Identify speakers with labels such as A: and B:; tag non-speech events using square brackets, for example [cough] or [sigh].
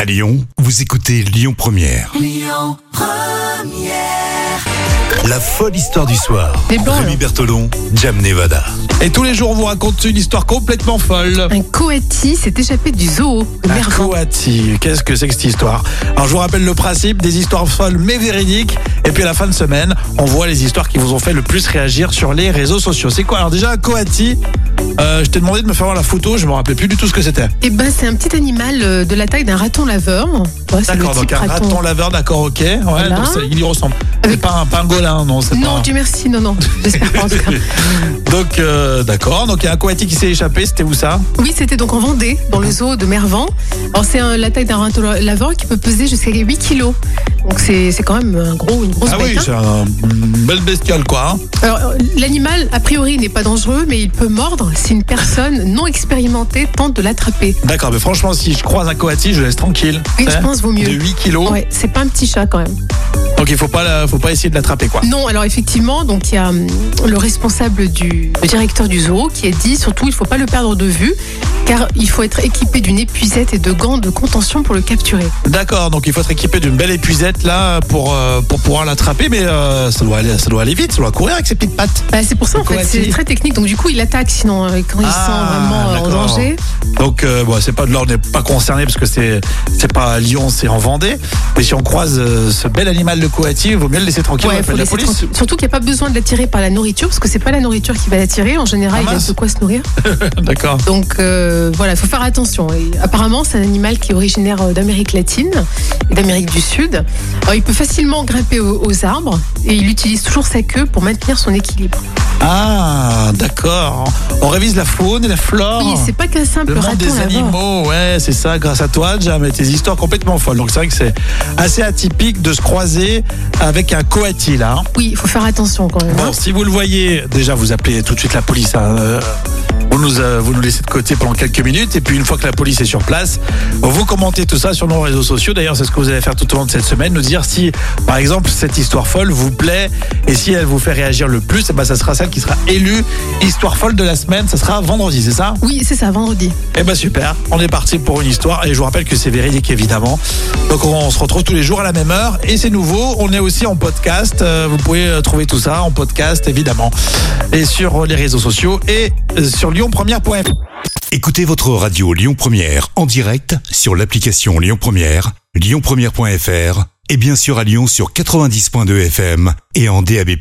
A: À Lyon, vous écoutez Lyon Première. La folle histoire du soir.
B: T'es blanc,
A: Rémi
B: alors.
A: Bertolon, Jam Nevada.
C: Et tous les jours, on vous raconte une histoire complètement folle.
B: Un coati s'est échappé du zoo.
C: Un
B: Mervin.
C: coati, qu'est-ce que c'est que cette histoire Alors je vous rappelle le principe des histoires folles mais véridiques. Et puis à la fin de semaine, on voit les histoires qui vous ont fait le plus réagir sur les réseaux sociaux. C'est quoi Alors déjà un coati, euh, je t'ai demandé de me faire voir la photo, je me rappelais plus du tout ce que c'était.
B: Eh ben, c'est un petit animal euh, de la taille d'un raton laveur. Ouais, c'est le
C: D'accord, donc
B: type
C: un
B: raton.
C: raton laveur, d'accord, ok. Ouais,
B: Voilà.
C: donc ça, il y ressemble. C'est
B: Avec-
C: pas un pangolin, non, c'est pas.
B: Non,
C: un-
B: Dieu merci, non,
C: [laughs]
B: non. J'espère pas en tout cas.
C: Donc euh, d'accord, donc il y a un coati qui s'est échappé, c'était où ça
B: Oui, c'était donc en Vendée, dans le zoo de Mervan. Alors, c'est un- la taille d'un raton laveur qui peut peser jusqu'à 8 kilos. Donc, c'est c'est quand même un gros, une grosse
C: Ah oui,
B: bête. hein.
C: c'est un une belle bestiole quoi. hein.
B: Alors, euh, l'animal, a priori, n'est pas dangereux, mais il peut mordre si une personne non expérimentée tente de l'attraper.
C: D'accord, mais franchement, si je croise un coati, je le laisse tranquille.
B: Oui,
C: Hein
B: je pense vaut
C: De
B: mieux.
C: 8 kilos.
B: Ouais, c'est pas un petit chat quand même.
C: Donc il faut pas, la- faut pas essayer de l'attraper, quoi.
B: Non, alors effectivement, donc il y a hum, le responsable du le directeur du zoo qui a dit surtout il ne faut pas le perdre de vue car il faut être équipé d'une épuisette et de gants de contention pour le capturer.
C: D'accord, donc il faut être équipé d'une belle épuisette là pour, euh, pour pouvoir l'attraper, mais euh, ça, doit aller, ça doit aller vite, ça doit courir avec ses petites pattes.
B: Bah, c'est pour ça en fait,
C: Coati.
B: c'est très technique. Donc du coup, il attaque sinon euh, quand il se
C: Ah,
B: sent vraiment euh, en
C: d'accord.
B: danger.
C: Donc euh, bon, c'est pas de l'ordre, n'est pas concerné parce que c'est c'est pas à Lyon, c'est en Vendée. Mais si on croise euh, ce bel animal de coati, il vaut mieux le laisser tranquille. on
B: Ouais,
C: appelle
B: faut
C: la
B: laisser
C: police.
B: tranquille. Surtout qu'il n'y a pas besoin de l'attirer par la nourriture parce que c'est pas la nourriture qui va l'attirer. En général,
C: Ah,
B: il
C: mince.
B: a de quoi se nourrir.
C: D'accord.
B: Donc euh, voilà, il faut faire attention. Et apparemment, c'est un animal qui est originaire euh, d'Amérique latine et d'Amérique du Sud. Alors, il peut facilement grimper au- aux arbres et il utilise toujours sa queue pour maintenir son équilibre.
C: Ah, d'accord. On révise la faune et la flore.
B: Oui, c'est pas qu'un simple
C: Oh. Le monde
B: raton
C: des
B: laveur.
C: animaux, ouais, c'est ça, grâce à toi, Jam, et tes histoires complètement folles. Donc c'est vrai que c'est assez atypique de se croiser avec un coati, là. hein.
B: Oui, il faut faire attention quand même. hein.
C: Bon, si vous le voyez, déjà, vous appelez tout de suite la police. hein, euh, Vous nous, euh, vous nous laissez de côté pendant quelques minutes et puis une fois que la police est sur place, vous commentez tout ça sur nos réseaux sociaux. D'ailleurs, c'est ce que vous allez faire tout au long de cette semaine, nous dire si, par exemple, cette histoire folle vous plaît et si elle vous fait réagir le plus, eh ben, ça sera celle qui sera élue histoire folle de la semaine. Ça sera vendredi, c'est ça
B: Oui, c'est ça, vendredi.
C: eh ben super, on est parti pour une histoire et je vous rappelle que c'est véridique évidemment. Donc on se retrouve tous les jours à la même heure et c'est nouveau, on est aussi en podcast, Euh, vous pouvez euh, trouver tout ça en podcast évidemment et sur euh, les réseaux sociaux et euh, sur lyonpremière.fr.
A: Écoutez votre radio Lyon Première en direct sur l'application Lyon Première, lyonpremière.fr et bien sûr à Lyon sur 90.2 FM et en DAB+.